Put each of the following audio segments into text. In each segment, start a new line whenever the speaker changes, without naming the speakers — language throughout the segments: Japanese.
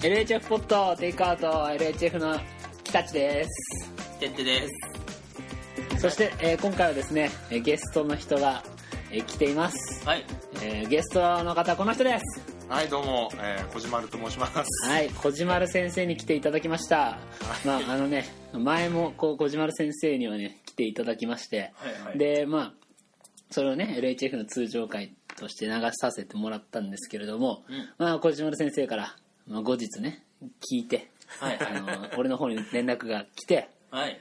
LHF ポットテイクアウト LHF の木たちです
てってです。
そして、えー今回はですねえーゲストの人が、えー来ています、
はい。
えーゲストの方この人です
はい、どうも、えー、小島ると申します。
はい小島る先生に来ていただきましたまああのね前もこう小島る先生にはね来ていただきまして、
はいはい
でまあそれをね LHF の通常会として流させてもらったんですけれども、
うん
まあ小島る先生から、まあ、後日ね聞いて
はい
あの俺の方に連絡が来て
はい。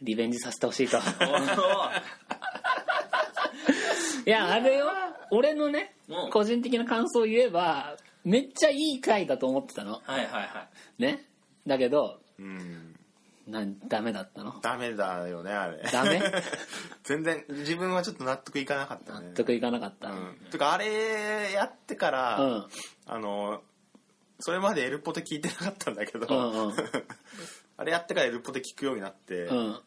リベンジさせてほしい と
おー
いやあれは俺のね
うん
個人的な感想を言えばめっちゃいい回だと思ってたの
はいはいは
ねだけど
うん、
なんダメだったの
ダメだよね、あれ。
ダメ
全然、自分はちょっと納得いかなかった
納
ね。
得いかなかった、
うん。てか、あれやってから、
うん
あの、それまでエルポテ聞いてなかったんだけど、
うんうん
あれやってからエルポテ聞くようになって、
うん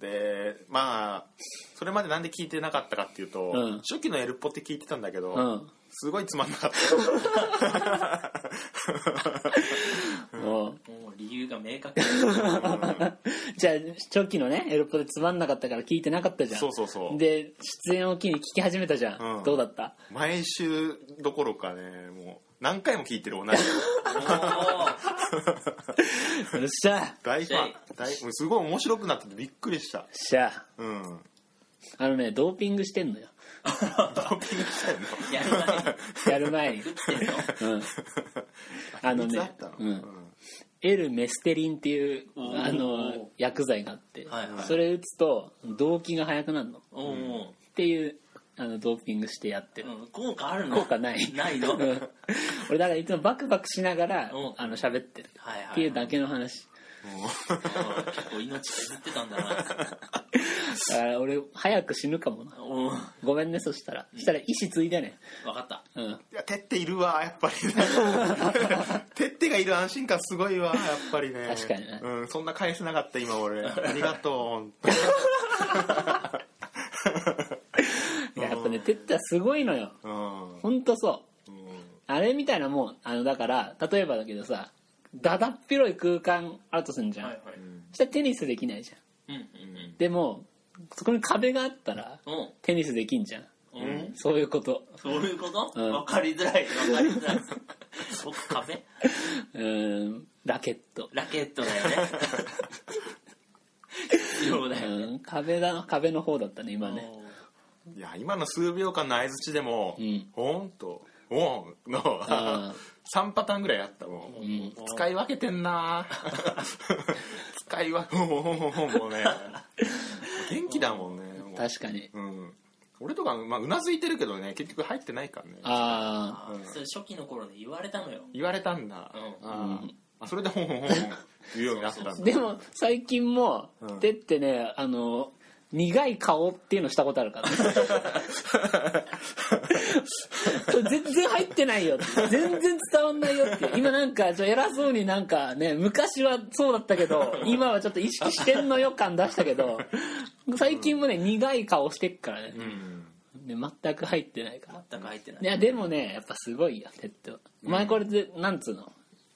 で、まあ、それまでなんで聞いてなかったかっていうと、
うん
初期のエルポテ聞いてたんだけど、
うん
すごいつまんなかった。
もう
い。もう理由が明確。
じ ゃあ初期のねエロポでつまんなかったから 聞いてなかったじゃん
そうそうそう
で出演を機に聞き始めたじゃん、
うん
どうだった
毎週どころかね、もう、何回も聞いてる同じ。
おー
よっしゃよっ
大ファン
はい
大もうすごい面白くなっててびっくりした
しゃ
うん
あのねドーピングしてんのよや
やる前に
る前に
食ってんの
うんあの
いつあ
ね
ったの、
うんエルメステリンっていう
おー
あの薬剤があって、
はいはい
それ打つと動悸が早くなるのっ
おー
ていうあのドーピングしてやってる、
うん効果あるの
効果ない
ないの。
う
はい
ん俺だからいつもバクバクしながら、
うん
あの喋ってる
はい。
っていうだけの話
おー結構命削ってたんだな。
だから俺早く死ぬかもな
おー
ごめんねそしたらそしたら意思継いでね
わかった。
うん
いやてっているわやっぱり てってがいる安心感すごいわやっぱりね
確かにね
うん、そんな返せなかった今俺ありがとう
いややっぱねてったらすごいのよ
本
ほんとそう
当うん、うん
あれみたいなもんあのだから例えばだけどさだだっ広い空間あるとすんじゃん、
はいはい。
そしたらテニスできないじゃん
うんうん
でもそこに壁があったら
うん。
テニスできんじゃん
おうん。
そういうこと
そういうこと
うん
わかりづらい。わかりづらい。僕、壁
うーんラケット
ラケットだ よね。必要だ
う
よね。
ん壁だな壁の方だったね今ね
おー
いや今の数秒間の相槌でも
うん
「ほ、んと「おん」の
あ
3パターンぐらいあったもん、
ん
使い分けてん な使い分けもうもうね元気だもんねもう
確かに
うん、俺とか、まあ、うなずいてるけどね結局入ってないからね
あ
あーそれ初期の頃で言われたのよ。
言われたんだ、
うん
あーあそれでほんほんほんほん言うようになったんだ
あでも最近も
うん
てってねあの苦い顔っていうのしたことあるからそれ全然入ってないよ全然伝わんないよって今なんかちょ偉そうになんかね昔はそうだったけど今はちょっと意識してんのよ感出したけど最近もね苦い顔してっからね
うん
ね全く入ってないから
全く入ってない
い。やでもねやっぱすごいよペットお前これでなんつうの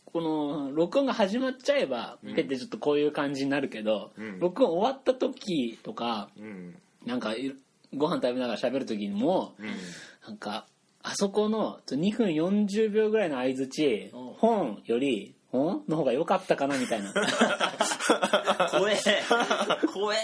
この録音が始まっちゃえば、ペッてちょっとこういう感じになるけど、
うん
録音終わった時とか
うん
なんかいご飯食べながら喋る時にも、
うん
なんかあそこのちょ2分40秒ぐらいの相づち
うん
本より本の方が良かったかなみたいな
怖 え怖え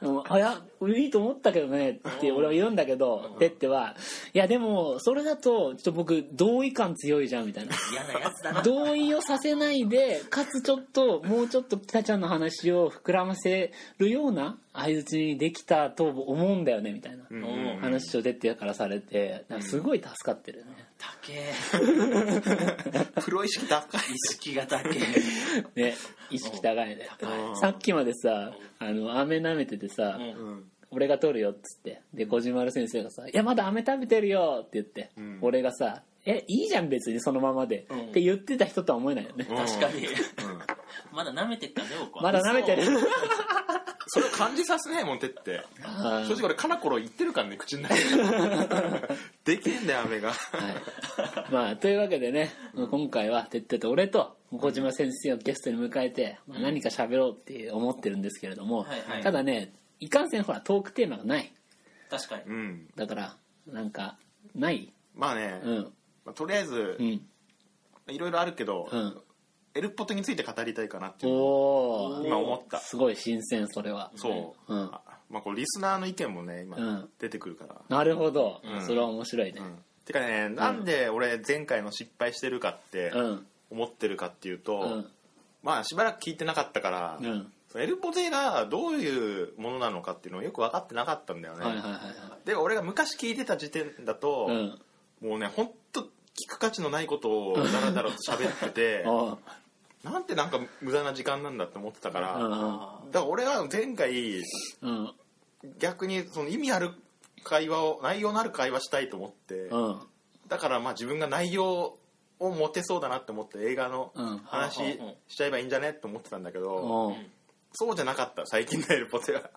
でもあいやいいと思ったけどねって俺は言うんだけどペッてはいやでもそれだとちょっと僕同意感強いじゃんみたいな
嫌なやつだな。
同意をさせないでかつちょっともうちょっと北ちゃんの話を膨らませるような相づちにできたと思うんだよねみたいな
うん
お
うん
話を出てからされてなんかすごい助かってるね
たけ
プロ意識高い
意識がたけ
ね意識高いね
高
さっきまでさあの飴舐めててさ
うん
うん
俺が取るよっつってで小島る先生がさ「いやまだ飴食べてるよ」って言って
うん
俺がさ「えいいじゃん別にそのままで」
うん
って言ってた人とは思えないよね
うん
確かに。まだ舐めてったね、僕は。
まだ舐めてる。
それを感じさせないもんてって
はい
正直俺カラコロ言ってるからね口の中で できんだよ飴が
はい、まあというわけでね、今回はてってと俺と小島先生をゲストに迎えて、まあ、何か喋ろうって思ってるんですけれども、
はいはい
ただねいかんせんほらトークテーマがない
確かに。
うん
だからなんかない
まあね、
うん
まあとりあえず
う、ん
いろいろあるけど、
うん
エルポトについて語りたいかなって
お
いう
お
今思った
すごい新鮮それは
そ
う
う、
ん
あまあこうリスナーの意見もね今、
うん
出てくるから
なるほど、
うん
それは面白いね
うんてかねなんで俺前回の失敗してるかって
うん
思ってるかっていうと、
うん
まあしばらく聞いてなかったから、
うん
そのエルポテがどういうものなのかっていうのをよく分かってなかったんだよね、
はいはいはいは
で俺が昔聞いてた時点だと、
いうん
もうね本当聞く価値のないことをダラダラと喋ってて
お う
なんてなんか無駄な時間なんだって思ってたから、
うん
だ
あ
から俺は前回
うん
逆にその意味ある会話を内容のある会話したいと思って、
うん
だからまあ自分が内容を持てそうだなって思って映画の
うん
話しちゃえばいいんじゃねって思ってたんだけど、
おう
そうじゃなかった最近のエルポテは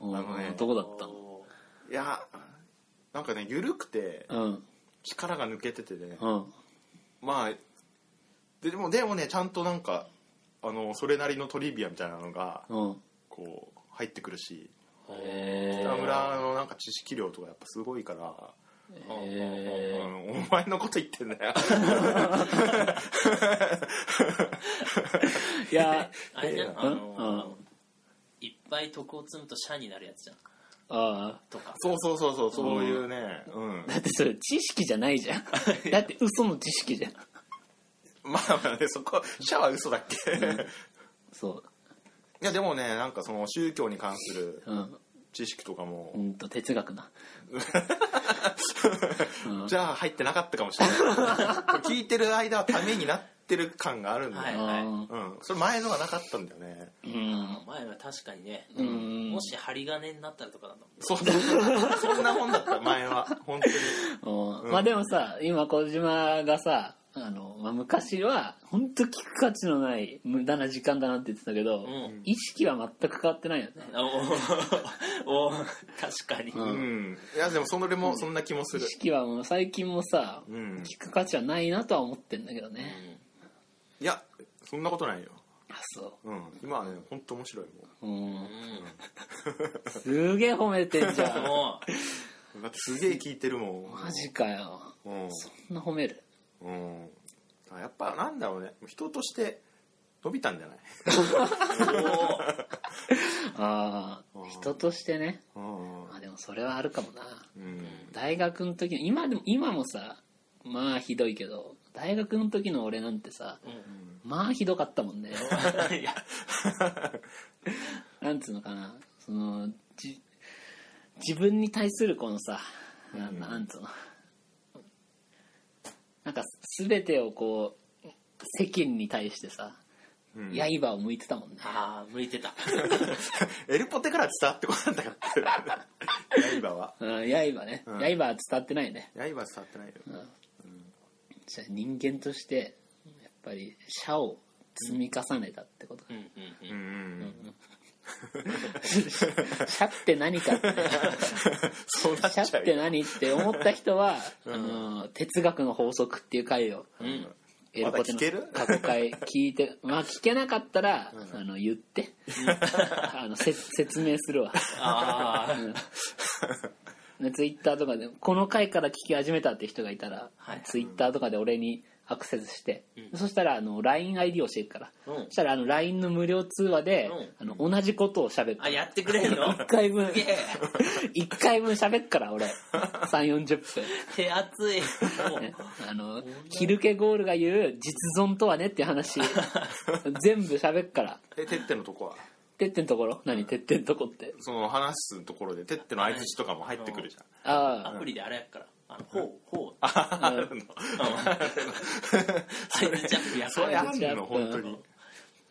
おう
あのね
どこだ
ー
ったの
いやなんかね緩くて
うん
力が抜けててね、
うん
まあででもでもねちゃんとなんかあのそれなりのトリビアみたいなのが
うん
こう入ってくるし
へ
北
ー
村のなんか知識量とかやっぱすごいから、
へー
うんお前のこと言ってんだよ
いや
あれじゃん、
うん
あのー、いっぱい徳を積むと社になるやつじゃん。
ああ
とか。
そうそうそうそうそういうねうん
だってそれ知識じゃないじゃんだって嘘の知識じゃん
まあまあねそこシャワー嘘だっけ、い
そ
やでもねなんかその宗教に関する
ううん
知識とかも、
うんと哲学な
じゃあ入ってなかったかもしれない聞いてる間はためになってる感があるんだよ、
はい
うん
うん、それ前のがなかったんだよね
うん
前は確かにね、
ん
もし針金になったらとかだと思う。
そうだそんなもんだった前は本当に
うんまあでもさ今小島がさあの、まあ、昔は本当聞く価値のない無駄な時間だなって言ってたけど、
ん
意識は全く変わってないよね
あ おーおー確かに。
ん
うんいやでもそれもそんな気もす
意
る、
識はもう最近もさ、
うん、
聞く価値はないなとは思ってんだけどね、
いやそんなことないよ、
あそ
うん、今はね本当面白いも
う、うん
う、ん。
すげえ褒めてんじゃん
も
うだってすげえ聞いてるもん
マジかよ
うん、
そんな褒める
うん、あやっぱなんだろうね人として伸びたんじゃない、
う、おー
ああ人としてね
うん
まあでもそれはあるかもな
うん、
大学の時今でも今もさまあひどいけど大学の時の俺なんてさまあひどかったも んね
いや、
なんつうのかなそのじ自分に対するこのさな
うん
なんつうのなんか全てをこう世間に対してさ
うん、
刃を向いてたもんね
ああ、向いてた。
エルポテから伝わってこなんだから刃は
うん刃ね
うん
刃は伝わってないね
刃は伝わってないよ
じゃあ人間としてやっぱり社を積み重ねたってこと
うんうん
う
うん。
んうんうん
社って何か ってね、
そうなっち
社
ゃ
っ
う
て何って思った人は、あの哲学の法則っていう回を、
ん
エルポテ
まだ聞ける
の過去回聞い て、まあ聞けなかったら、あの言って、あのせ説明するわ。
ああ、
でツイッターとかでこの回から聞き始めたって人がいたら、
はい
ツイッターとかで俺にアクセスして、
うん
そしたらあの LINEID 教えるから、
うん
そしたらあの LINE の無料通話で、
う
あの同じことを喋って
あ、やってくれるの
1回分
すげ え
1回分喋っから俺3 4 0分
手厚い。もう
ねあのキルケゴールが言う実存とはねっていう 話全部喋っから
えてってのとこは
てってんところ何てってんとこって
その話すところでてっての相槌とかも入ってくるじゃん
ア
あ
プリであれやっから。あの、ほう、ほう。
ああるの
相手ジャンプやっ
それ
から。
あんの本当に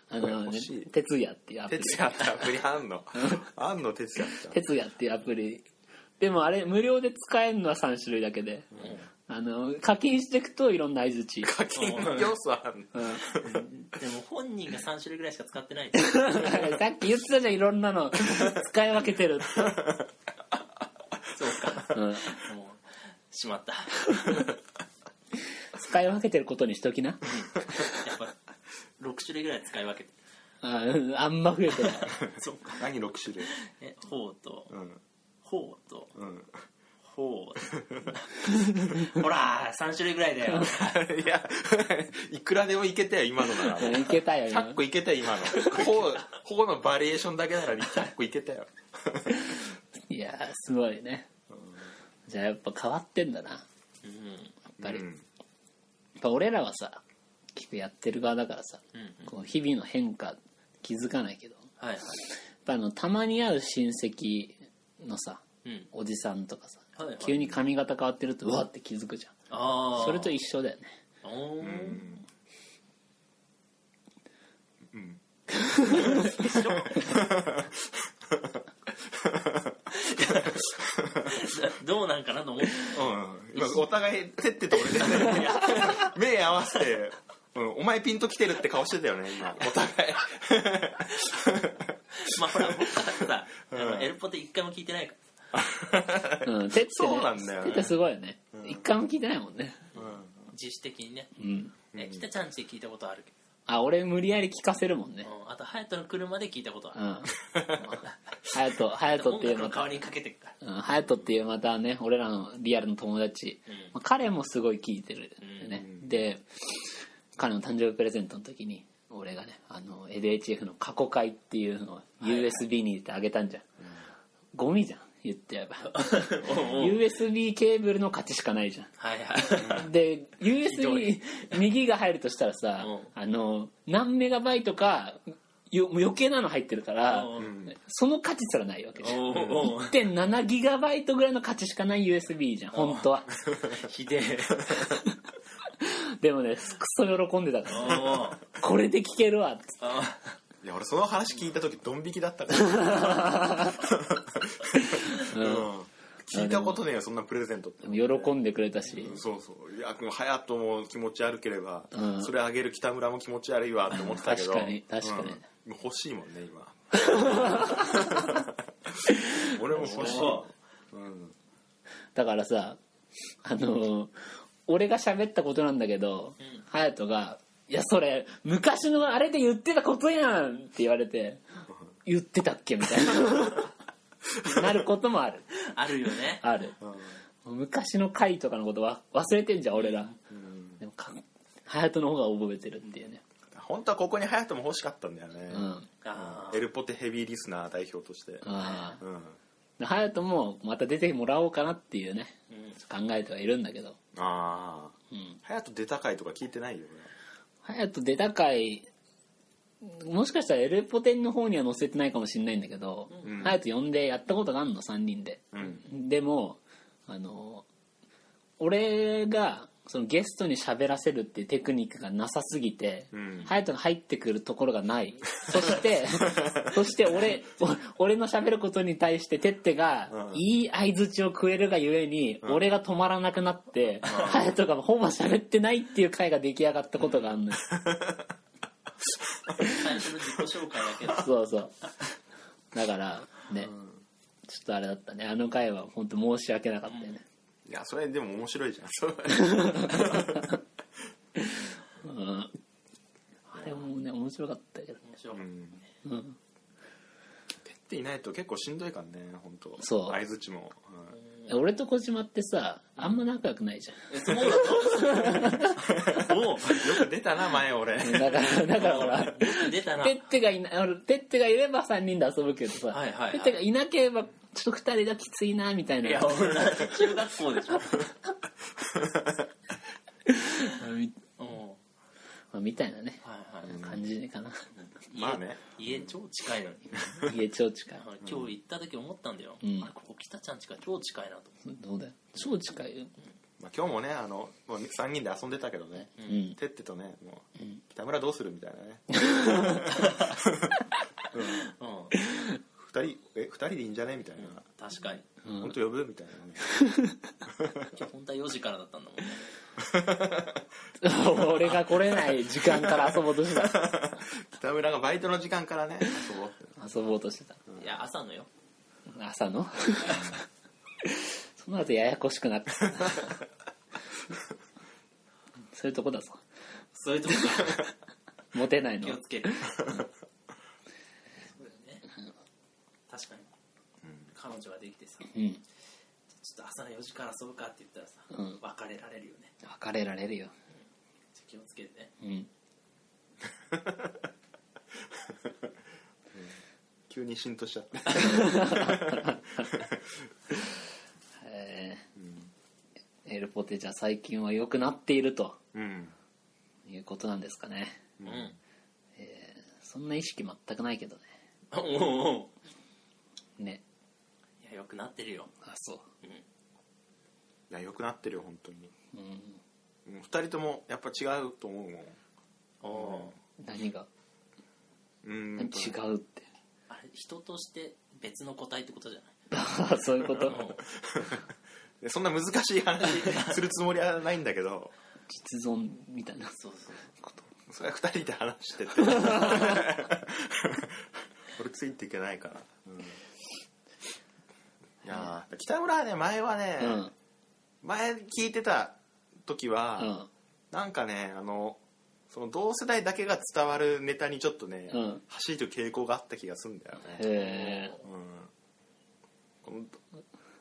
ああの、ね
欲しい、
哲也っていうアプリ
哲也ってアプリあんのあんの哲也って
哲也っていうアプリでもあれ無料で使えるのは3種類だけで、あの課金していくといろんな相づち、
課金の要素ある
うん
でも本人が3種類ぐらいしか使ってない。
さっき言ってたじゃんいろんなの使い分けてるって、
そうか。
うん
もう、しまった。
使い分けてることにしときな
やっぱ、6種類ぐらい使い分けて。
あうんあんま増えてない
そうか。
何6種類
え、ほうと、
うん
ほうと、
うん
ほう。ほら、3種類ぐらいだよ。
いやいくらでもいけたよ今のなら
うんいけたよ今
100個いけたよ今のほうほうのバリエーションだけなら100個いけた よ
いやーすごいねじゃあやっぱ変わってんだなやっ
うん。
ぱり、
う
やっ
ん
ぱ俺らはさ聞くやってる側だからさ、
うんうん。
こう日々の変化気づかないけどやっ
はいはい。
ぱあのたまに会う親戚のさ
うん。
おじさんとかさ、
はいはい
急に髪型変わってるとうわって気づくじゃん
ああ。
それと一緒 だよね
おー
うん
どうなんかなと思って。
うん今お互いてってと俺で、ね、目合わせて、うん、お前ピンときてるって顔してたよね今お互い
まあほら、僕はさ、あのエルポテ一回も聞いてないか
うん、てってね
そうなんだよね
てってすごいよね、一回も聞いてないもんね
ら、自主的にね。
うん
え、北ちゃんちで聞いたことあるけ
あ俺無理やり聞かせるもんね
ど。うんあと、隼人の車で聞いたこと
う
あ
ん隼人
る。
隼人ってい
音
う
楽
ま
の代
た
わりにかけてるから。
うん隼人っていうまたね俺らのリアルの友達、
うん
まあ、彼もすごい聞いてるね、で彼の誕生日プレゼントの時に俺がねあの LHF の過去回っていうのを USB に入れてあげたんじゃん、ゴミじゃん言って やば USB ケーブルの価値しかないじゃん
はいはい。
で
ど
USB
い
右が入るとしたらさ、
う
あの何メガバイトかよ余計なの入ってるから、
うん
その価値すらないわけじゃん
おーおー
1.7ギガバイトぐらいの価値しかない USB じゃん本当は
ひでえ。
でもねくそ喜んでたか
お
ら
ー
これで聞けるわっつっ
あ
いや俺その話聞いた時ドン引きだったから、 うん、聞いたことねえよそんなプレゼントっ
て
て
でも喜んでくれたし、
そうそういやこの隼人も気持ち悪ければ、
うん
それあげる北村も気持ち悪いわって思ってたけど
確かに確かに
うんもう欲しいもん ね今俺も欲しい
そ
うん
だからさあのー俺が喋ったことなんだけど隼人、が「いやそれ昔のあれで言ってたことやん!」って言われて「言ってたっけ?」みたいななることもある
あるよね。
ある昔の回とかのことは忘れてんじゃん俺ら、
うん
でもか隼人の方が覚えてるっていうね
本当はここに隼人も欲しかったんだよね、
うん、
あ
エルポテヘビーリスナー代表として
あ
うん
あ隼人もまた出てもらおうかなっていうね
ーうん
考えてはいるんだけど
ああ
うん
隼人出た回とか聞いてないよね
隼人出た回もしかしたらエルポテンの方には載せてないかもしれないんだけど
うん
隼人、呼んでやったことがあんの3人で、
うん
でもあの俺がそのゲストに喋らせるっていうテクニックがなさすぎて、
うん
隼人が入ってくるところが ないそしてそして俺お俺の喋ることに対しててってが、
うん
いい相づちを食えるがゆえに、俺が止まらなくなって隼人、がほぼ喋ってないっていう回が出来上がったことがある のよ、
最初の自己紹介だけど。
そうそうだからね、ちょっとあれだったねあの回は本当申し訳なかったよね、
いやそれでも面白いじゃん
うんあれもね面白かったけどね
面白
う
い
ん
うん
ペッていないと結構しんどいからね本当
そう
相づちも、うん
俺と小島ってさあんま仲良くないじ
えそうなの
おーよく出たな前俺
ゃんだからだからほら
出た な。
ペッテがいな俺ペッテがいれば3人で遊ぶけどさ、
はいはいはい
ペッテがいなければちょっと2人がきついなみたいない
や、俺ら中学校でしょ。
み
う
ま
ん。
あみたいなね
はいはい。
感じかな、
家
まあね
家超近いのに。
家超近い
あの今日行った時思ったんだよ。
うん
あれここ北ちゃんちが超近いなと思って。
どうだよ超近いよ
まあ、今日もねあのもう3人で遊んでたけどね、
ん
てってとねもう、北村どうするみたいなね
うん。
2人え二2人でいいんじゃねみたいな、
確かに
本当呼ぶみたいなね
本当は4時からだったんだも んね
俺が来れない時間から遊ぼうとしてた
北村がバイトの時間からね遊ぼうって
遊ぼうとしてた
いや朝のよ
朝のその後ややこしくなったそういうとこだぞ
そういうとこか
モテない
気
の
をつけるそうだよね確かに彼女ができてさ
うん
ちょっと朝の4時から遊ぶかって言ったらさ、
うん
別れられるよね
別れられるよ
気をつけてね
うん
急に浸透しちゃった
えーエルポテじゃ最近は良くなっていると
うん
いうことなんですかね
うん、
そんな意識全くないけどね
おうおう
ね
いやよくなってるよ
あそう
いやよくなってるよ本当に
うん
2人ともやっぱ違うと思うもん
おお
何が
う
違
ん
うって
あれ人として別の個体ってことじゃない
あそういうこと
でそんな難しい話するつもりはないんだけど
実存みたいな
そうそう
こと
それは2人で話 してて俺ついていけないから、うんいやー北村はね前はね、
うん
前聞いてた時は、
うん
なんかねあのその同世代だけが伝わるネタにちょっとね、
うん
走る傾向があった気がするんだよね、
へえ
うん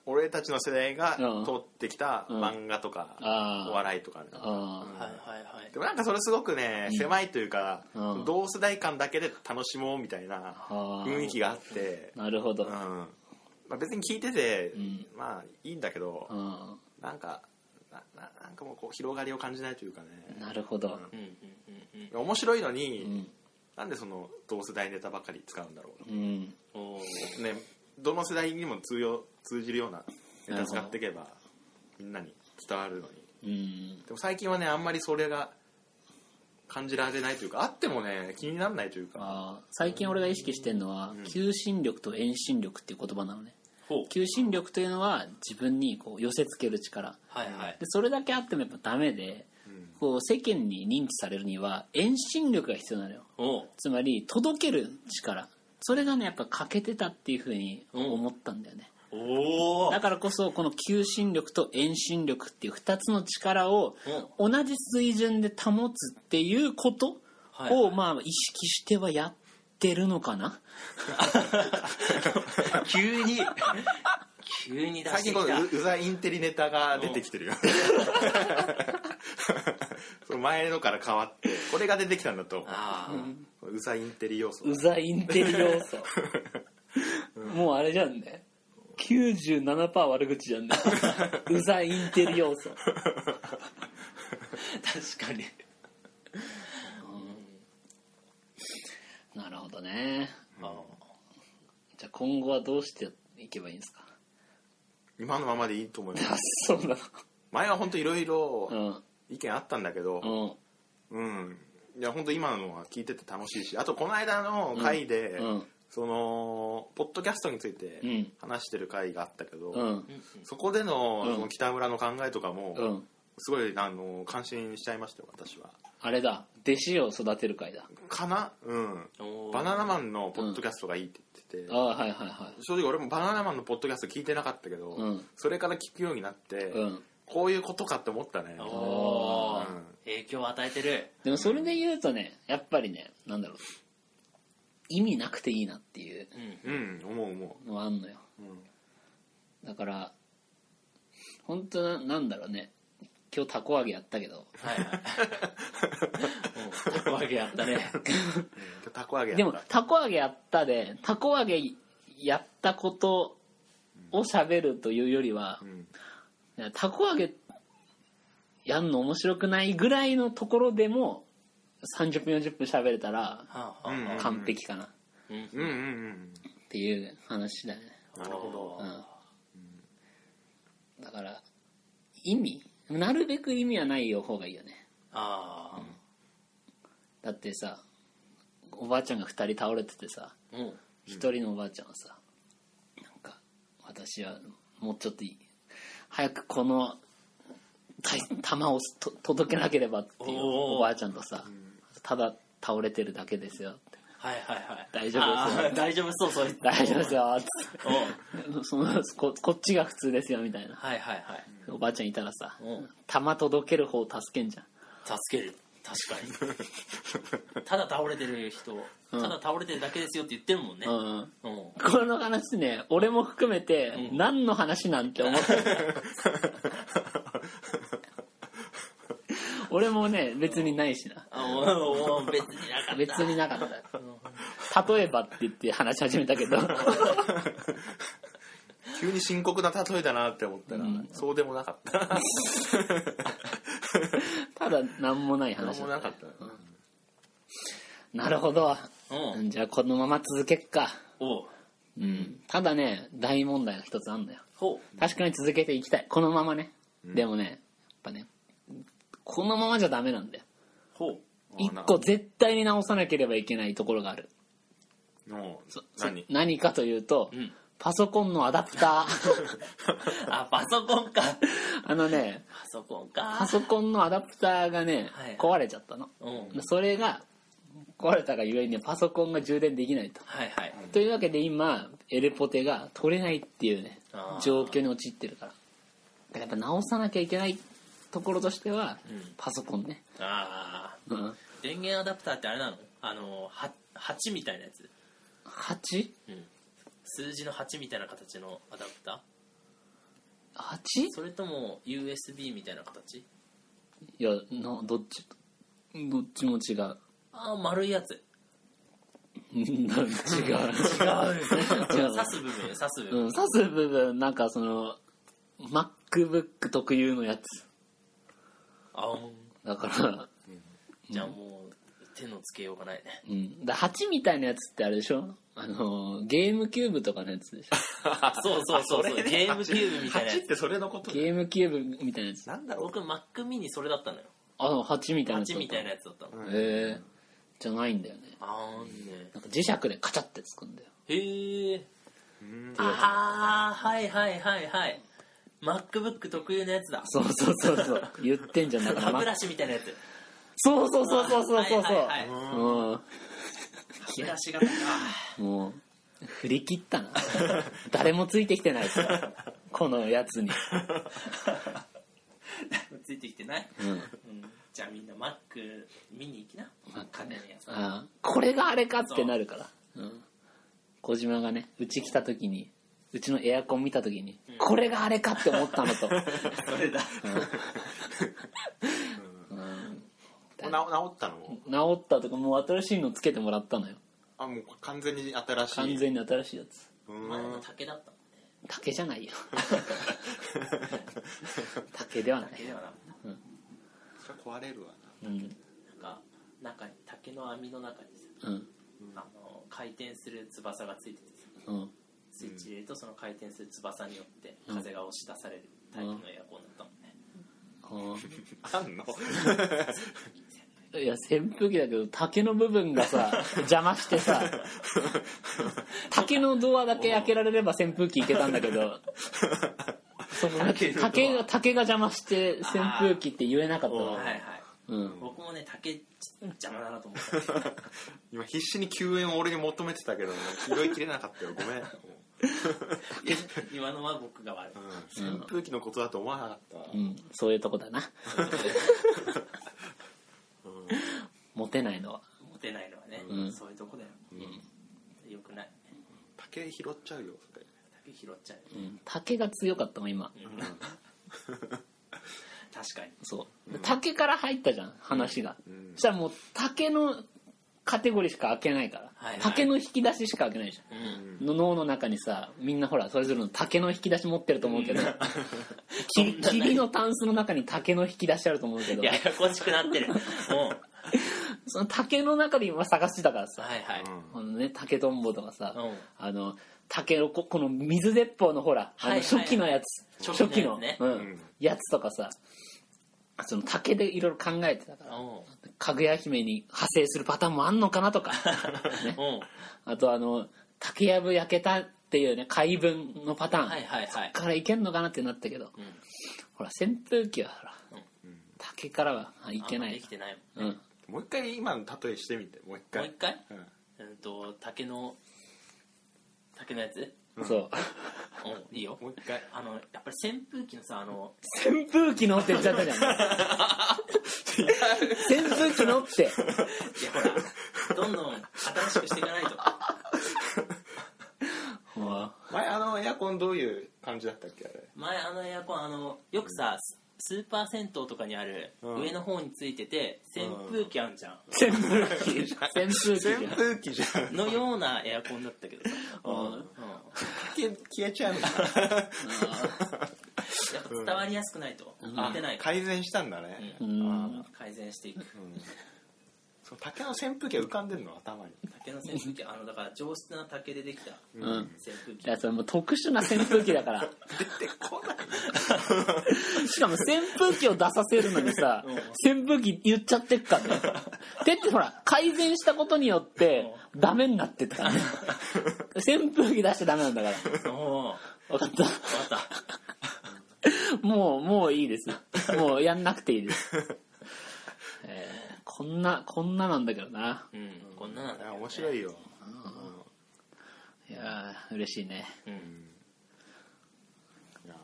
俺たちの世代が
うん
通ってきた漫画とか、
あー
お笑いとかね、
あ
はいはいはい
でもなんかそれすごくね、狭いというか、
うん
同世代間だけで楽しもうみたいな
あ
雰囲気があって、
なるほ
う
ど
んまあ、別に聞いてて、
ん
まあいいんだけど、
うん
なんかなななんかもうこう広がりを感じないというかね
なるほど
うんうんうんうん
面白いのに、
うん
なんでその同世代ネタばっかり使うんだろ
うん
おー
うねどの世代にも通用通じるようなネタ使っていけばみんなに伝わるのに
うん
でも最近はねあんまりそれが感じられないというかあってもね気にならないというか
あー最近俺が意識してるのは求心力と遠心力っていう言葉なのね
ほう
求心力というのは自分にこう寄せつける力
はいはい
でそれだけあってもやっぱダメで、こう世間に認知されるには遠心力が必要なのよ
おう
つまり届ける力それがねやっぱ欠けてたっていうふうに
ん
思ったんだよね、
おー
だからこそこの求心力と遠心力っていう2つの力を同じ水準で保つっていうこと
はいは
を
い
まあ意識してはやってるのかな、
急に 急に出
最
して
近
き
こ
た
のううざいインテリネタが出てきて るよその前のから変わってこれが出てきたんだと
ああ
うざいインテリ要素
うざいインテリ要素 もうあれじゃんね97%悪口じゃん ねうざいインテリ要 素
確かに
なるほどね
あー
じゃあ今後はどうしていけばいいんですか
今のままでいいと思います
あ そうな
前は本当いろいろ
の
意見あったんだけど、
うんうん
うん、いや本当今のは聞いてて楽しいしあとこの間の回で、
うん
そのポッドキャストについて
うん
話してる回があったけど、
うん
うんうん
そこでの,、
うん
その北村の考えとかも、
うん
すごいあの感心しちゃいましたよ私は。
あれだ弟子を育てる会だ
かな、うん、
おー
バナナマンのポッドキャストがいいって言ってて、
ああはいはいはい
正直俺もバナナマンのポッドキャスト聞いてなかったけど、
うん
それから聞くようになって、
うん
こういうことかって思ったね。
おー
うん
影響を与えてる
でもそれで言うとねやっぱりねなんだろう意味なくていいなっていう
うん
うん、思う思
のはあんのよ
う。うん
だから本当ななんだろうね今日たこ揚げやったけど
はいはいおうたこ揚げやったね
たこ揚げやった
でもたこ揚げやったでたこ揚げやったことを喋るというよりは
う、ん
いやたこ揚げやんの面白くないぐらいのところでも30分40分喋れたら
はあ
う
は
ん
完璧かなっ
あうん
うんうんうん
ていう話だよね、
なるほど
うん、だから意味なるべく意味はない方がいいよね
あ
だってさおばあちゃんが2人倒れててさ
あうん
1人のおばあちゃんはさ私はもうちょっといい早くこのた球をと届けなければっていう
おー
おばあちゃんとさただ倒れてるだけですよって
はいはいはい
大丈夫ですよ
あー大丈夫そうそう
大丈夫ですよつ って
おう
そのここっちが普通ですよみたいな
はいはいはい
おばあちゃんいたらさ
うん
球届ける方を助けんじゃん
助ける確か にただ倒れてる人ただ倒れてるだけですよって言ってるもんね
うんうん
うん
この話ね俺も含めて
うん
何の話なんて思ってた俺もね別にないしな
あもうもう別になかった
別になかった例えばって言って話し始めたけど
急に深刻な例えだなって思ったら、そうでもなかった
ただ何もない
何
話
も
な
なかった、
るほど
うん
じゃあこのまま続けっか
おう
うんただね大問題が一つあんだよ
ほ
確かに続けていきたいこのままね、でもねやっぱねこのままじゃダメなんだよ
うほう
一個絶対に直さなければいけないところがある
もう何
何かというと、
うん
パソコンのアダプター
あパソコンか
あのね
パソコン
パ
か
ソコンのアダプターがね、
はい
壊れちゃったの
うんはい
それが壊れたがゆえにねパソコンが充電できないと
はい
というわけで今エレポテが取れないっていうね
あー
状況に陥ってるからやっぱ直さなきゃいけないところとしては、
ん
パソコンね、
あ
う
あ
ん、
電源アダプターってあれなのあのは8みたいなやつ
8?8?
うん数字の8みたいな形のアダプターそれとも USB みたいな形
いやなどっちどっちも違う
ああ丸いやつ
うん違う
違う
違う
刺す部分刺す部分、
うん、刺す部分なんかその MacBook 特有のやつ
あおん
だから,、
じゃあもう手のつけようがないね
うん、だ8みたいなやつってあれでしょあのゲームキューブとかのや つでしょ
そうそう そうそう
あれね
ゲームキューブみた いなや
8っ
つ
てそれのこと
ゲームキューブみたいなやつ
なんだろ
僕 Mac ミニそれだったのよ
あの8みたいなやつ
8みたいなやつだったの、
ん
えじゃないんだよね
あーんね
なんか磁石でカチャってつくんだよ
へえ
ううん
ああはいはいはいはい MacBook 特有のやつだ
そうそうそうそう言ってんじゃんだか
歯
ら
ブ
ま
ラシみたいなやつ
そうそうそうそうそうそうそう、
はいはいはい
うん
歯ブラシがあ
もう振り切っ たな誰もついてきてないですよこのやつに、
ーついてきてない、
うん
うんじゃあみんな Mac 見に行きな
なんかね
見に行きな
あーこれがあれかってなるから、うん、小島がねうち来た時にうちのエアコン見た時に、これがあれかって思ったのと、
それだ
うん
な治ったのもう
治ったとかもう新しいのつけてもらったのよ
あもう完全に新しい
完全に新しいやつ
う
前の
ん
竹だったもんね
竹じゃ ないよ竹ではない
竹ではなかった
それ壊れるわ
うん
なんか中に竹の網の中にさ
うん
あの回転する翼がついててさ
うん
スイッチ入れるとその回転する翼によって風が押し出されるタイプのエアコンだったもんね、
あー
なあんの
いや扇風機だけど竹の部分がさ邪魔してさ竹のドアだけ開けられれば扇風機いけたんだけどその
竹のド
竹が
ア
竹が邪魔して扇風機って言えなかった
あ
わ
はい
ー
はい
うん
僕もね竹邪魔だなと思って
今必死に救援を俺に求めてたけど拾いきれなかったよごめん
今のは僕が悪い、
うん扇風機のことだと思わなかったわ
うん、そういうとこだなモテないのは
モテないのはね、そういうとこだよ、よくない
竹拾っちゃうよそれ
竹拾っちゃう、
うん竹が強かったもん今
うん 確かに
そう竹から入ったじゃん話が、
ん
そしたらもう竹のカテゴリーしか開けないから、
はいはい
竹の引き出ししか開けないじゃん
うん
の脳の中にさみんなほらそれぞれの竹の引 き出し持ってると思うけどき霧のタンスの中に竹の引き出しあると思うけど
ややこしくなってるもう
その竹の中で今探してたからさ
はいはい、
このね竹とんぼとかさ
うん
あの竹のここの水鉄砲のほらあ
は
の
いはいはい
初期のやつ
初
初
期
期
の
の
やつ
う
ね
んやつとかさその竹でいろいろ考えてたから
う
かぐや姫に派 生するパターンもあんのかなとか
んうん
あとあの竹やぶ焼けたっっていうね回文のパターン、
はいはいはい
からいけんのかなってなったけど、
ん
ほら扇風機はほら、竹からはあいけな
あんまで
い
き、てないもん
うん、も
もう一回今の例えしてみてもう一
もう
回
一回
うん
うんと竹の竹のや つ
そう
うんいいよ
もう一回
あのやっぱり扇風機のさあの
扇風機のって言っちゃったじゃん扇風機のって
いやほらどんどん新しくしていかないと
前あのエアコンどういう感じだったっけあれ
前あのエアコンあのよくさススーパー銭湯とかにある
うん
上の方についてて扇風機あんじゃ
扇風機扇風機じゃ
扇風機じゃん
んのようなエアコンだったけどさうんや
消え消えちゃうんだ
っぱ伝わりやすくないと合ってない
改善したんだね、
うん
んうん
うん改善していく
そう竹の扇風機が浮かんでるの頭に
竹の扇風機あのだから上質な竹でできた
うん
扇風
い
機
やそれもう特殊な扇風機だから
出てこない
しかも扇風機を出させるのにさ、扇風機言っちゃってっからね。でってほら、改善したことによって、ダメになって ったね。扇風機出しちゃダメなんだから。
お
分
ー
かった。
分か っ
もう、もういいです。もうやんなくていいです。えーこんな、こんななんだけどな。
たうんこんななんだ
あ
よ
面白いよ
いやー嬉しいね。
うん
いや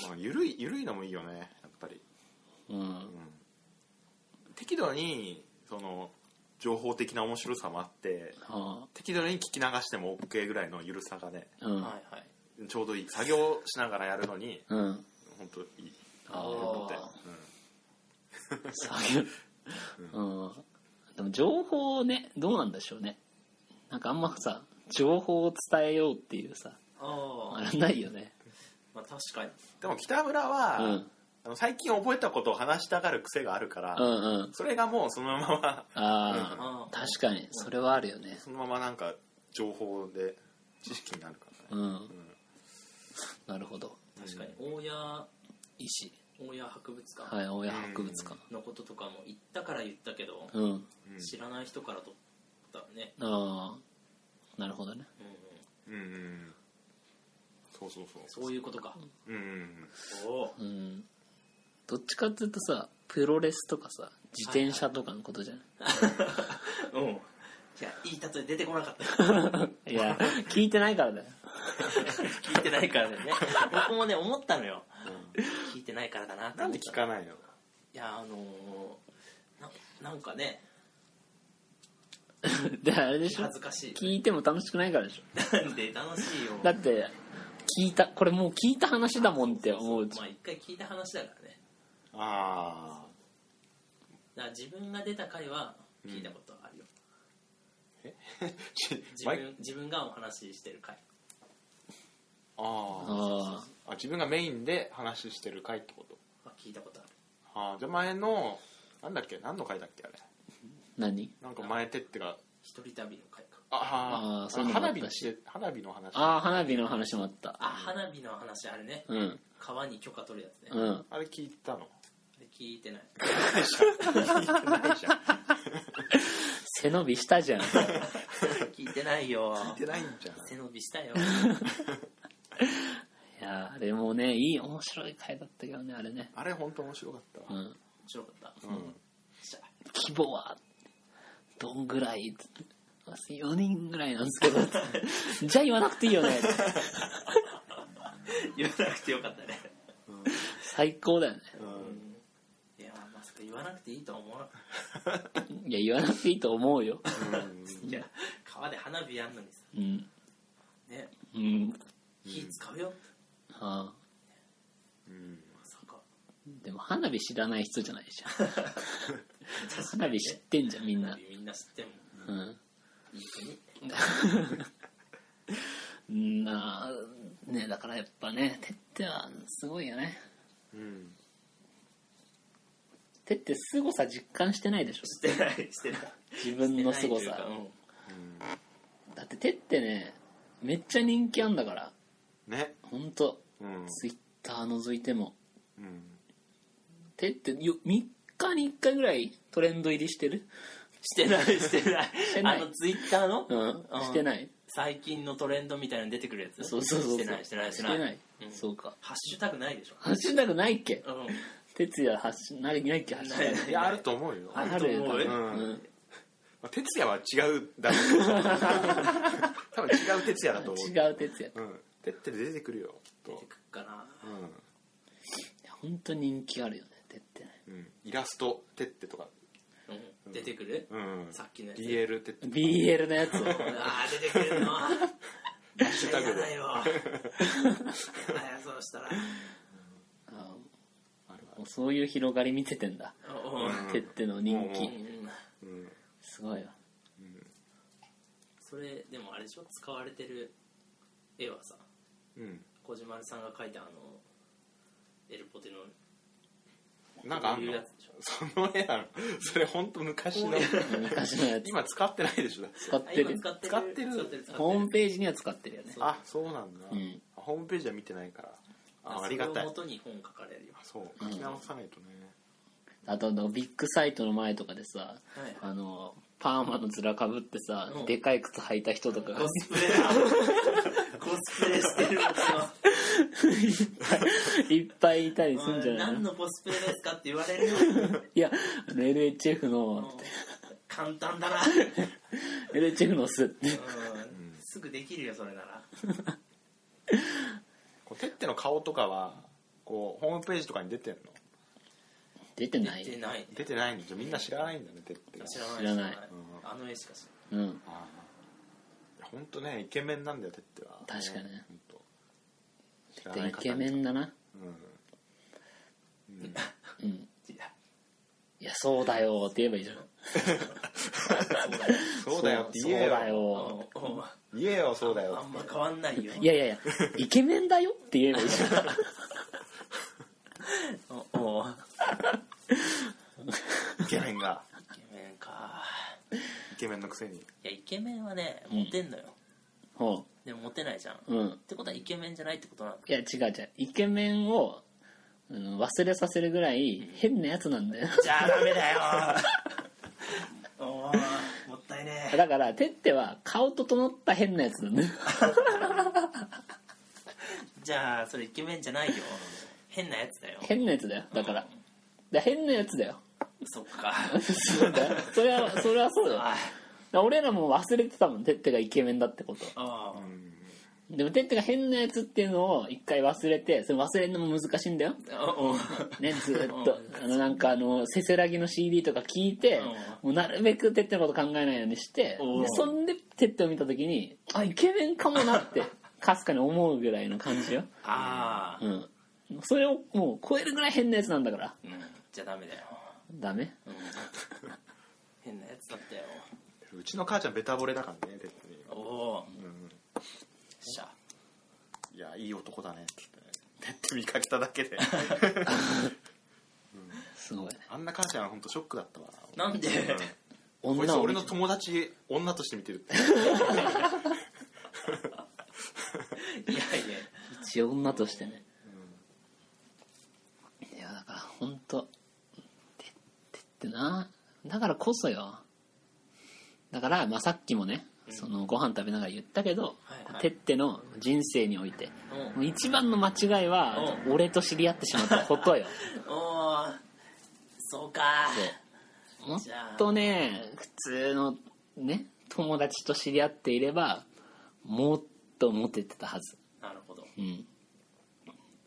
ーまあゆるいゆるいのもいいよねやっぱり
うん。
適度にその情報的な面白さもあって
は
適度に聞き流しても OK ぐらいのゆるさがね
あうん。
はいはい
ちょうどいい作業しながらやるのに
うん。
本当いい
あ
ー
って、うん
下げるうんでも情報をねどうなんでしょうねなんかあんまさ情報を伝えようっていうさ
あ
あ
あ
れないよね
まあ確かに
でも北村は、
うん
あの最近覚えたことを話したがる癖があるから、
うんうん
それがもうそのまま
ああ
ああ
確かにそれはあるよね
そのままなんか情報で知識になるからね、
うんなるほど
確かに大谷
医師
大谷博物館
はい親博物館
のこととかも言ったから言ったけど、
うん
うん
知らない人からとったね、
ああなるほどね
うんうん、
うんうんそうそうそう
そういうことか、
うんうん
おお
うんどっちかっていうとさプロレスとかさ自転車とかのことじゃない
うんいやいい例え出てこなかった
いや聞いてないからだよ
聞いてないからだよね僕もね思ったのよ、聞いてないからだなと
な
思
ん
っ
で
た
聞かないの
いやあのー、ななんかね
であれでしょ
恥ずかしい
聞いても楽しくないからでしょ
なんで楽しいよ
だって聞いたこれもう聞いた話だもんって思う
まあ一回聞いた話だからね
ああ
だから自分が出た回は聞いたことあるよ、自
毎
分自分がお話ししてる回
あー
あ
あ自分がメインで話してる回ってこと
は聞いたことある
あーじゃあ前のなんだっけ何の回だっけあれ
ー何
なんか前てってが
一人旅の回か
あ
あー
あ
そういうのもあ
花
っ
火の
たし
して花火の話
ああ花火の話もあった
あ花火の話あるね
うん
川に許可取るやつね、
うん
あれ聞いたの
あれ聞いてない
聞いてないじゃん聞
背伸びしたじゃん
聞いてないよ
いてないんじゃん
背伸びしたよ
いやーでもねいい面白い回だったけどねあれね
あれ本当面白かったわ
うん
面白かった、
うん
じゃあ
規模はどんぐらい4人ぐらいなんですけ どじゃあ言わなくていいよね
言わなくてよかったね
最高だよね
うん
いやまさか言わなくていいとは思わなかっ
いや言わなくていいと思うよ
たいや川で花火やんのにさ
うん
ね
うん
火使うよ、
はあ
うん
まさか
でも花火知らない人じゃないじ ゃん花火知ってんじゃんみんな
花火みんな知っても
うん
いい国
うんなあねだからやっぱねてってはすごいよね
うん
てって凄さ実感してないでしょ
してないしてない
自分の凄
してない
さ
というか
だっててってねめっちゃ人気あんだから
ね
ほんと
うん
ツイッター覗いても
うん
てってよ3日に1回ぐらいトレンド入りしてる
してないしてない
てない
あのツイッターの、
うんしてない
最近のトレンドみたいなの出てくるやつ
そうそうそう
してないしてないしてないうん
そうか
ハッシュタグないでしょ
ハッシュタグないっけ
うん
哲也ハッシュないないっけハッシュタグ
いやあると思うよ
あると思う
あるよ
うん
うん
まあ哲也は違うだろうけど多分違う哲也だと思う
違う哲也い
うんてって出てくるよきっ
出
と
てくっかな
や本当人気あるよね哲也ね
うん、うん、イラストてってとか
うん出てくる
うん
さっきのやつ
BL てって
BL のやつを
あー出てくるのハッシ
ュタグで
ないわあやそうしたら
あもうそういう広がり見せてんだ
おうん
てっての人
う
気
んうん
すごいわ
それでもあれでしょ使われてる絵はさ
うん
小島さんが描いたあのエルポテの
なんかあ
こうんいう
の
やつでしょ
その絵なのそれ本当昔の
昔のやつ
今使ってないでしょだって
使っ
あ
てる
今使ってる
使
使っ
ってる
てる使ってる
ホームページには使ってるよね
そう
あそうなんだ、
うん
ホームページは見てないからあありが
そ
た
れを
い
元に本書かれるよ
そう書き直さないとね、
あとあのビッグサイトの前とかでさ
はい
あのパーマの面かぶってさ
うん
でかい靴履いた人とかが
コスプレだコスプレしてるんですよ
いっぱいいたりするんじゃない
何
の
のコスプレですかって言われるよ
いやあの LHF
うん
の
簡単だな
LHF の巣って
うんすぐできるよそれなら
こうてっての顔とかはこうホームページとかに出てんの
出てない
出てない
出てないんだじゃあみんな知らないんだねてってが
知らない
知らない
うん
あの絵しか知ら
うん
ああ本当ねイケメンなんだよてっては
確かにね
ほんと知ら
で
ない
イ
方
ケメンだな
うん、うん、
うん
ない
いやそうだよって言えばいいじゃん
そうだよって言え
そう
よ
だよ
うんうん
言えよそうだ
あ
よ
んま変わんないよ
いやいやいやイケメンだよって言えばいいじゃん
おおイ
イケメンが
ケメンか
イケメンのくせに
いやイケメンはねモテんのよ、
ほ
でもモテないじゃんっ
ううん
てことはイケメンじゃないってことなの
いや違う違うイケメンを、うん、忘れさせるぐらい変なやつなんだよ
じゃあダメだよお おもったいね
だからてっては顔整った変なやつなん だよ
じゃあそれイケメンじゃないよ変なやつだよ
変なやつだよだからだ変なやつだよ
そっか
そうだよそれはそれはそうだよだか
あ
ら俺らも忘れてたもんてってがイケメンだってこと
あ
でもてってが変なやつっていうのを一回忘れてそれ忘れるのも難しいんだよ
おお
ね、ずーっとあのなんかあのせせらぎの CD とか聞いて、
うん
もうなるべくてってのこと考えないようにして、
うん
でそんでてってを見た時にあイケメンかもなってかすかに思うぐらいの感じよ、
ああ
うん、それをもう超えるぐらい変なやつなんだから
うんじゃあダメだよ
ダメ
うん変なやつだったよ
うちの母ちゃんベタ惚れだからねてってに
おお
うん
しゃ
いやいい男だねって言ってねてって見かけた だけで
すごいね
あんな母ちゃんは本当ショックだったわ
なんで
こいつ
女を
俺の友達女として見てる って
いやいや
一応女としてね、いやだから本当てってってなだからこそよだから、まあ、さっきもね、そのご飯食べながら言ったけど、
はいはい
てっての人生において、
うん
もう一番の間違いは、俺と知り合ってしまったことよ
おーそうか
もっとね普通のね友達と知り合っていればもっとモテてたはず
なるほど
うん
い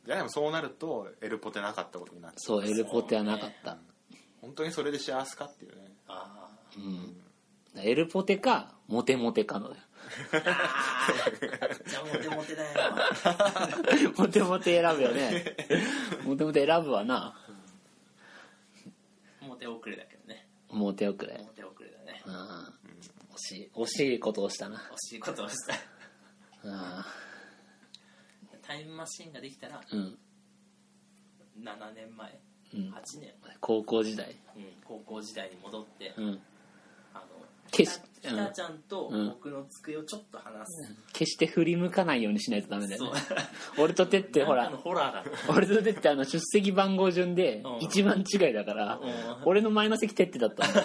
やでもそうなるとエルポテなかったことになって
そうエルポテはなかった
本当にそれで幸せかっていうね
ああ
うんエルポテかモテモテかの よ
じゃあモテモテだよ
モテモテ選ぶよねモテモテ選ぶわな
モテ遅れだけどね
モテ遅れ
モテ遅れだね
うん惜しい惜しいことをしたな
惜しいことをした
あ
タイムマシンができたら
ーうん
7年前
うん
8年、
高校時代
うん高校時代に戻って、
うん
あの
決
ひ
し
なひなちゃんと
うん
僕の机をちょっと離す、
決して振り向かないようにしないとダメだ
そ
よ
う
ね俺とてってほ
なん
ら
かのホラーだった
俺とてってあの出席番号順で
うん
一番違いだから
うん
俺の前の席てってだったんだ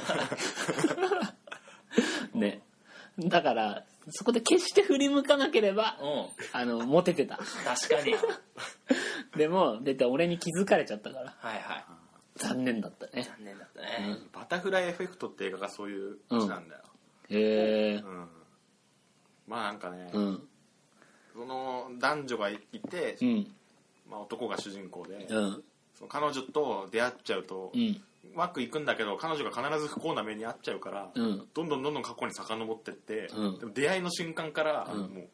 ねだからそこで決して振り向かなければ
うん
あのモテてた
確かにはい
でも出て俺に気づかれちゃったから
はい
残念だったね
残念だったね、
バタフライエフェクトって映画がそういう感じなんだよ、
へえ
うんまあなんかね、
うん
その男女がいて、
うん
まあ、男が主人公で、
うん
その彼女と出会っちゃうと、
うん
うまくいくんだけど彼女が必ず不幸な目に遭っちゃうから、
うん
どんどんどんどん過去に遡ってって、
うん
でも出会いの瞬間から、
うん
もう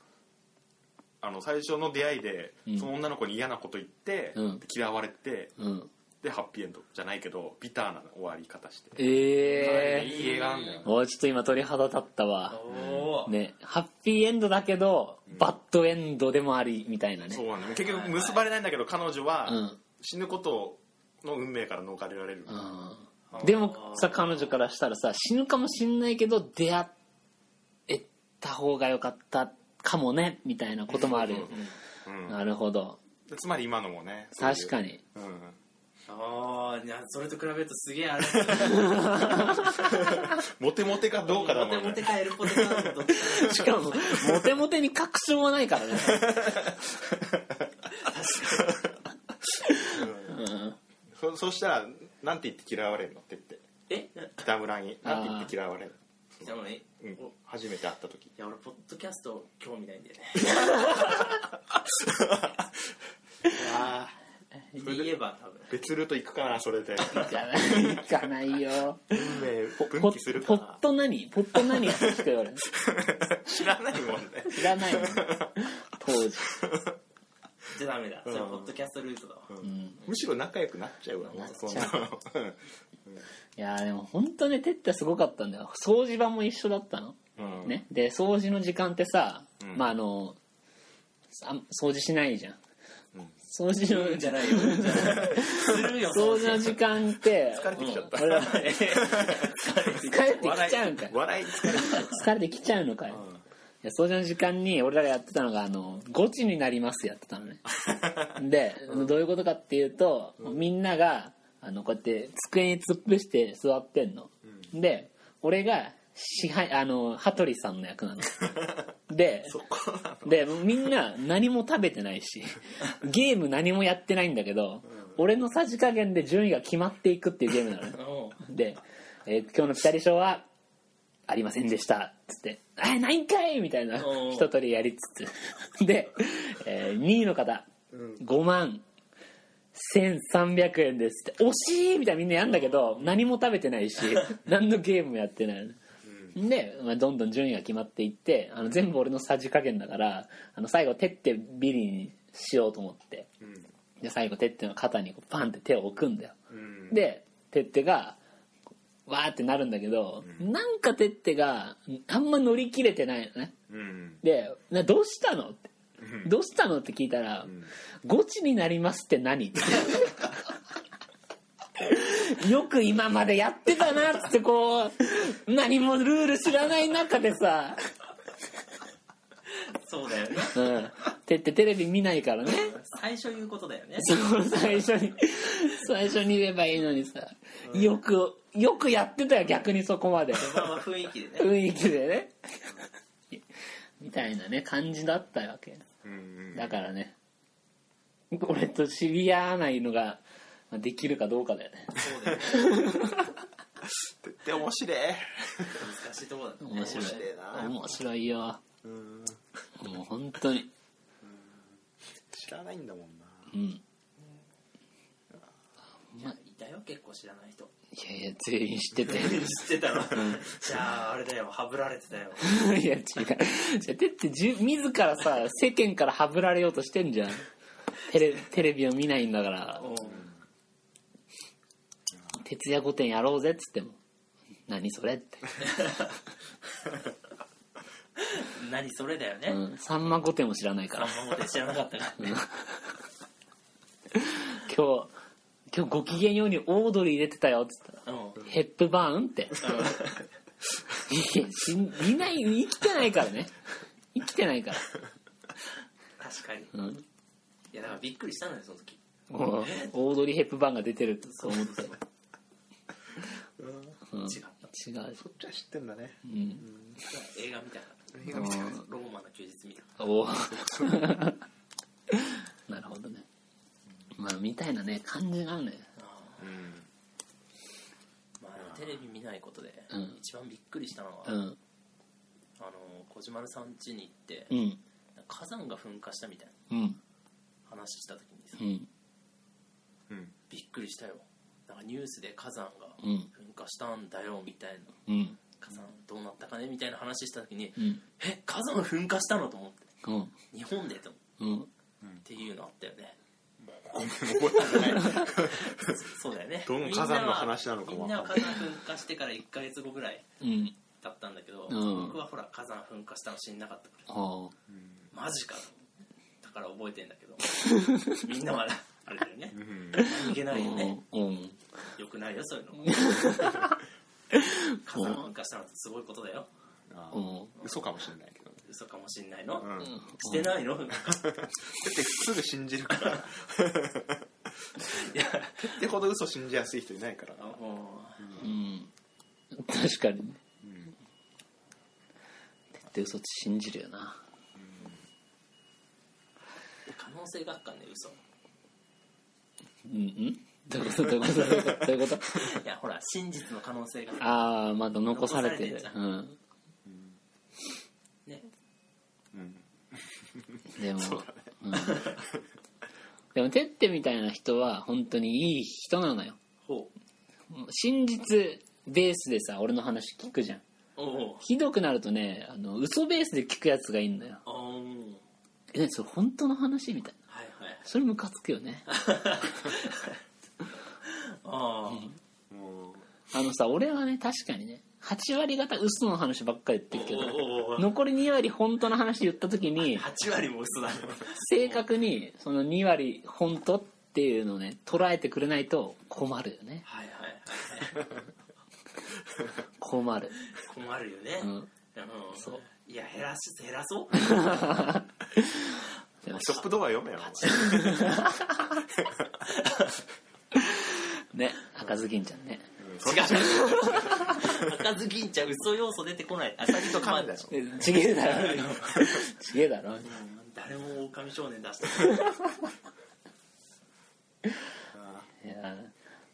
あの最初の出会いで、
うん
その女の子に嫌なこと言って、
うん
嫌われて
うん
でハッピーエンドじゃないけどビターな終わり方して、
ええ
いい映画なんだよ、
もうちょっと今鳥肌立ったわ
おお、
ねハッピーエンドだけどバッドエンドでもありみたいな
そう
ね
なんだよ結局結ばれないんだけど彼女は
うん
死ぬことの運命から逃れられる、
うんでもさ彼女からしたらさ死ぬかもしんないけど出会えた方が良かったかもねみたいなこともあるよ
うん
なるほど
でつまり今のもねそういう
確かに
うん
ああいやそれと比べるとすげえあれ
モテモテかどうかだ
モテ
もん
モ
ね
テかエルポテかどっちか
しかもモテモテに確証はないからね
そそうしたらなんて言って嫌われるのって言って
え
北村になんて言って嫌われる
じゃあもうね
の、うん
おい
初めて会った時
や俺ポッドキャスト興味ないんだよねあそれで言えば多分
別ルート行くかなそれで
行かない行かない よ
運命
ポ
分岐する
ッ
か
ポッ
な
ト何ポット何って聞くよ俺
知らないもんね
知らないもん当時
じゃあダメだそれ
うん
ポッドキャストルートだわ
むしろ仲良くなっちゃうわ
なっちゃ
そ
うん
なの
いやーでも本当ねてってすごかったんだよ掃除場も一緒だったの
うん
ね、で掃除の時間ってさ、
うん
まああのあ掃除しないじゃん、
ん
掃除の
じゃないようんじゃないするよ
掃除の時間って
疲れてきちゃった
俺は 疲れてきちゃうんかい
笑い疲れてきちゃっ
疲れてきちゃうのかよ、いや掃除の時間に俺らがやってたのが「あのゴチになります」やってたの ねで、どういうことかっていうと、みんながあのこうやって机に突っ伏して座ってんの、で俺が支配あの羽鳥さんの 役なのででみんな何も食べてない しゲーム何もやってないんだけど、俺のさじ加減で順位が決まっていくっていうゲームなのね
おう
で、えー今日のピタリ賞はありませんでした」っつって「えないんかい!」みたいな
おー
一通りやりつつで、え2位の方5万1300円ですって「惜しい!」みたいなみんなやんだけど何も食べてないし何のゲームもやってないで、まあ、どんどん順位が決まっていってあの全部俺のさじ加減だからあの最後手ってビリにしようと思って
たうん
で最後てっての肩にこうパンって手を置くんだよ
うん
でてってがわーってなるんだけど、なんかてってがあんま乗り切れてないのね
うん
で「などうしたの?」って「どうしたの?」って聞いたら「ゴチになりますって何?」って よく今までやってたなっつってこう何もルール知らない中でさ、
そうだよね
うん、てってテレビ見ないからね
最初言うことだよね
その最初に最初に言えばいいのにさよくよくやってたよ逆にそこまで
序盤は雰囲気でね
雰囲気でねみたいなね感じだったわけ
うん
だからね俺と知り合わないのがまあできるかどうかだよね
そうだよね
で面白い
難しいところだね
面白い
白いな
面白いよ
うん
もう本当に
知らないんだもんな
うん
いたよ結構知らない人
いやいや全員知って て
知ってたわじゃああれだよハブられてたよ
いや違うじゃてってじ自らさ世間からはぶられようとしてんじゃんテレテレビを見ないんだから
おう
徹夜御殿やろうぜっつっても何それって
何それだよね、
うん、さんま御殿も知らないか
あ
ら
んま俺知らなかったからね
今日今日ご機嫌ようにオードリー出てたよっつったら
うん
「ヘップバーン?」っていや死んいない生きてないからね生きてないから
確かにい
うん
やだからびっくりしたのよその時
もうオードリー・ヘップバーンが出てるとそう思って、うん、違
違っ
う
た
違う
そっちは知ってんだね
うん
映画みたいな
映画見たよね
ローマの休日見た
おおなるほどねまあみたいなね感じなのね
あ
うん
ーまああのテレビ見ないことで、
うん
一番びっくりしたのは、
うん
あの小島さん家に行って、
うん
火山が噴火したみたいな
うん
話した時にさ、
うん
うん
びっくりしたよなんかニュースで火山が
うん
噴火したんだよみたいな
うん
火山どうなったかねみたいな話した時に
うん
え火山噴火したのと思って
うん
日本でと
う
思
ん
ってっていうのあったよね
ごめん覚えてない
そうだよね
どの火山の話なのか
みん
わ
な
か
は
ん
みんなは火山噴火してから1か月後ぐらい
うん
だったんだけど、
うん
僕はほら火山噴火したの知んなかったから
あ
マジかとだから覚えてんだけどみんなはあれだよね
うん
逃げ
あ
ないよね
うん
よくないよそういうの火山噴火したのってすごいことだよ
あ
う
ー
ん
嘘かもしれないけどね
嘘かもしんないの、
うんだっ
してないのい
てすぐ信じるから
や
ってほど嘘信じやすい人いないから
あもう
うん確かにね
うん
徹底嘘って信じるよな
可能性学館で嘘
うんうんどういうことどういうことどういうことどういうこと
いやほら真実の可能性が
ああまだ残されて
残
る
されて
う
んじゃん
ん
ね
うん
でもうんでもてってみたいな人は本当にいい人なのよ
ほう
真実ベースでさ俺の話聞くじゃん
おお
ひどくなるとねあの嘘ベースで聞くやつがいいんだよ
あーうん
え何それ本当の話みたいな
はいはい
それムカつくよね
あ
もう
あのさ俺はね確かにね8割方嘘の話ばっかり言ってるけ
おうおうお
ど
う
残り2割本当の話言った時に
あ8割も嘘だね
正確にその2割本当っていうのをね捉えてくれないと困るよね
はいはいはい
困る
困るよね
う
うんん
そう
いや減らし減らそう
でも
ショップドア読めよ
ね赤ずきんちゃんね
違う 赤ずきんちゃん嘘要素出てこないあさりと
カ
か
メだよ
えちげえだろ ちげえだろ
誰も狼少年出してない
いや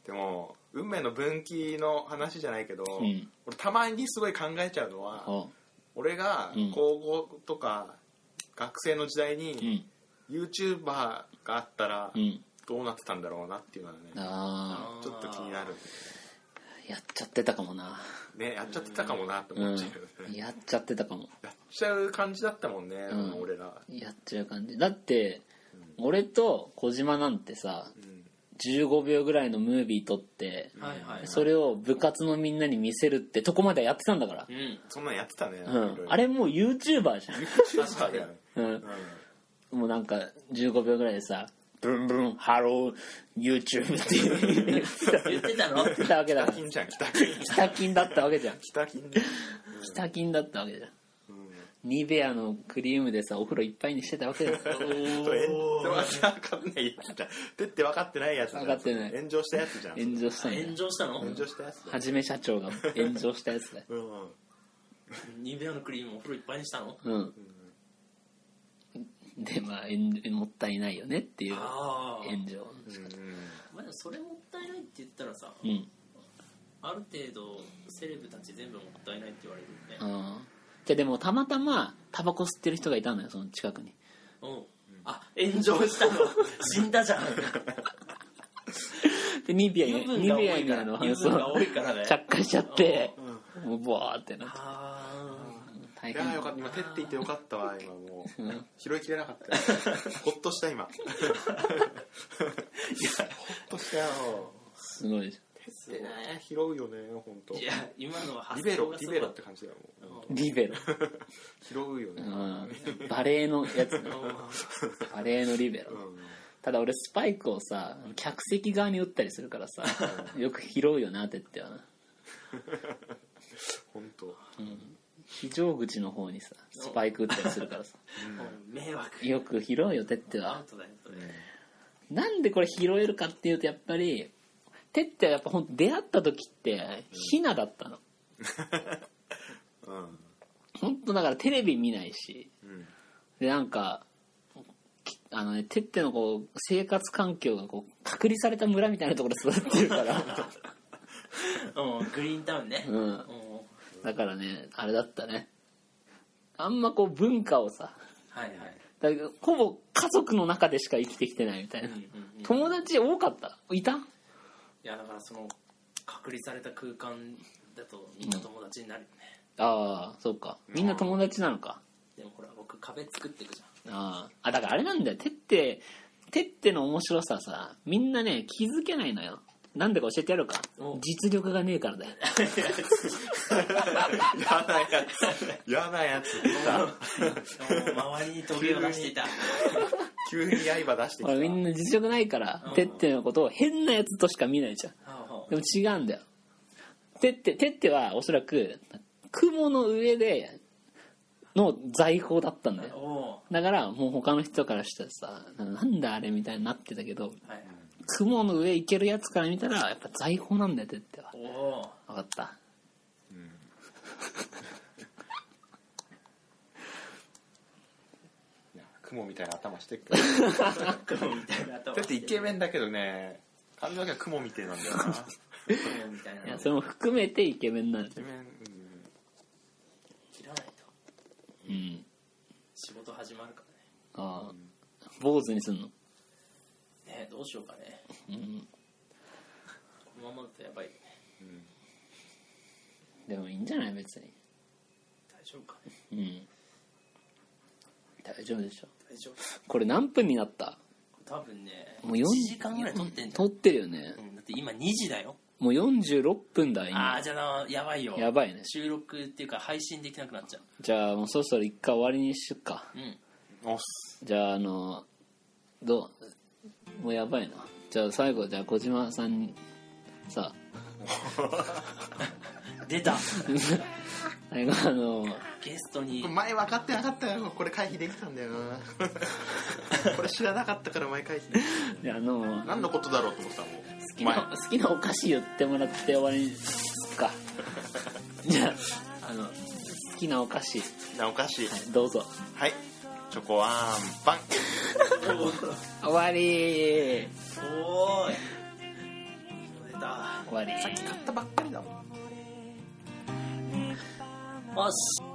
でも運命の分岐の話じゃないけど、
ん
俺たまにすごい考えちゃうのは
ほ
俺が
うん
高校とか学生の時代
うう
に
ん
YouTuber があったら
うん
どうなってたんだろうなっていうのはね
あ
ちょっと気になる
あやっちゃってたかもな
ねやっちゃってたかもなって
う
思っちゃうよね、
んやっちゃってたかも
やっちゃう感じだったもんね、
うん
俺ら、
やっちゃう感じだって俺と小島なんてさ
うん
15秒ぐらいのムービー撮って
はいはい
それを部活のみんなに見せるってとこまでやってたんだから
う、ん
そんなんやってたね、
うん、あれもう YouTuber じ
確かに、うん、
ゃ ん、うん、もうなんか15秒ぐらいでさ「ブンブンハロー YouTube」って言
言ってたの
ってたわけだから
北金じゃん北 金
北金だったわけじゃん
北金ね
北金だったわけじゃん
うん
ニベアのクリームでさお風呂いっぱいにしてたわけだよ
とえ分かんないやつだてって分かってないやつだ
分かってない
炎上したやつじゃん
炎上したんだよ
炎上したの
炎上したやつだ
はじめ社長が炎上したやつだよ
うん
ニベアのクリームお風呂いっぱいにしたの
うんでまあ炎もったいないよねっていう炎
ああ
上
まあでもそれもったいないって言ったらさ
うん
ある程度セレブたち全部もったいないって言われる
う
よね
んじゃあでもたまたまタバコ吸ってる人がいたのよその近くに
うんあ炎上したの死んだ じゃん
でニベアに
油分
ニ
が多
ベア
い
に
か
あ
ら
の
油分が多いからね
着火しちゃって
うんうん
もうボワーってなって
あ
大
いや
変
ーよかった今てって言ってよかったわ今もう 拾いきれなかったよ ほっとした今ほっとしたよ
すごいでし
てね拾うよね本当
あいや今のは発
リベ
想
ロ
が
リ
す
ベ
ご
ロ
か
っ
って
感じだよも
ょ
う
リベロ、
拾うよね
うん、バレーのやつ
たうん
バレーのリベロ
うん
ただ俺スパイクをさ客席側に打ったりするからさよく拾うよなってってはな
本当
非常口の方にさスパイク打ったりするからさ
もう迷惑
よく拾うよてって
ア
は
ウトだよそれ
なんでこれ拾えるかっていうとやっぱりてってはやっぱほんと出会った時ってヒナだったの
うん
本当だからテレビ見ないし
うん
でなんかきあのねてってのこう生活環境がこう隔離された村みたいなところで育ってるから
うんグリーンタウンね、
うんだからねあれだったねあんまこう文化をさ
はいはい、
だからほぼ家族の中でしか生きてきてないみたいな、
うんうんうん、い
友達多かったいた
やだからその隔離された空間だとみんな友達になるよね、
ああそうかみんな友達なのか
でもほら僕壁作ってい くじゃん
あーあだからあれなんだよてっててっての面白さはさみんなね気づけないのよなんでか教えてやろうか
お
実力がねえからだよ
やなやつやなや つ来た
もう周りに飛びを出していた
急に刃出してき
ほらみんな実力ないから、
うん
てってのことを変なやつとしか見ないじゃん
はあは
でも違うんだよてっててってはおそらく雲の上での財宝だったんだ
あ
よ
お
だからもう他の人からしたらさなんだあれみたいになってたけど
ーはい
雲の上行けるやつから見たらやっぱ財宝なんだよてっては
お おー
分かった
いや雲みたいな頭してっけど
雲みたいな頭
だってイケメンだけどね髪の毛は雲みたいなんだよなイ
雲みたいないの
やそれも含めてイケメンなんだ
ケ
よ、
メンうん
切らないと
うん、
仕事始まるか
ああ坊主にすんの
らねねどうしようかね
うん
このままだとやばいね
うん
でもいいんじゃない別に
大丈夫かね
うん大丈夫でしょ
大丈夫
これ何分になった
多分ね
もう
1
4
時間ぐらい撮ってんじゃん、
撮ってるよね
うん、だって今2時だよ
もう46分だ
あ
今
あじゃあやばいよ
やばいね
収録っていうか配信できなくなっちゃう
じゃあもうそろそろ一回終わりにしよっか
うん
おっす
じゃああのどうもうやばいなじゃあ最後じゃあ小島さんにさ
出た
最後あの
ゲストに
前分かってなかったよこれ回避できたんだよ なこれ知らなかったから前回避
いやあの
何のことだろうと思ってたもん
好きな好きなお菓子言ってもらって終わりにすっ かじゃああの好きなお菓子、は
なおかしい
い、どうぞ
はいチョコアンパン
終わり
おーいもう出た
終わり
買ったばっかりだもん
よし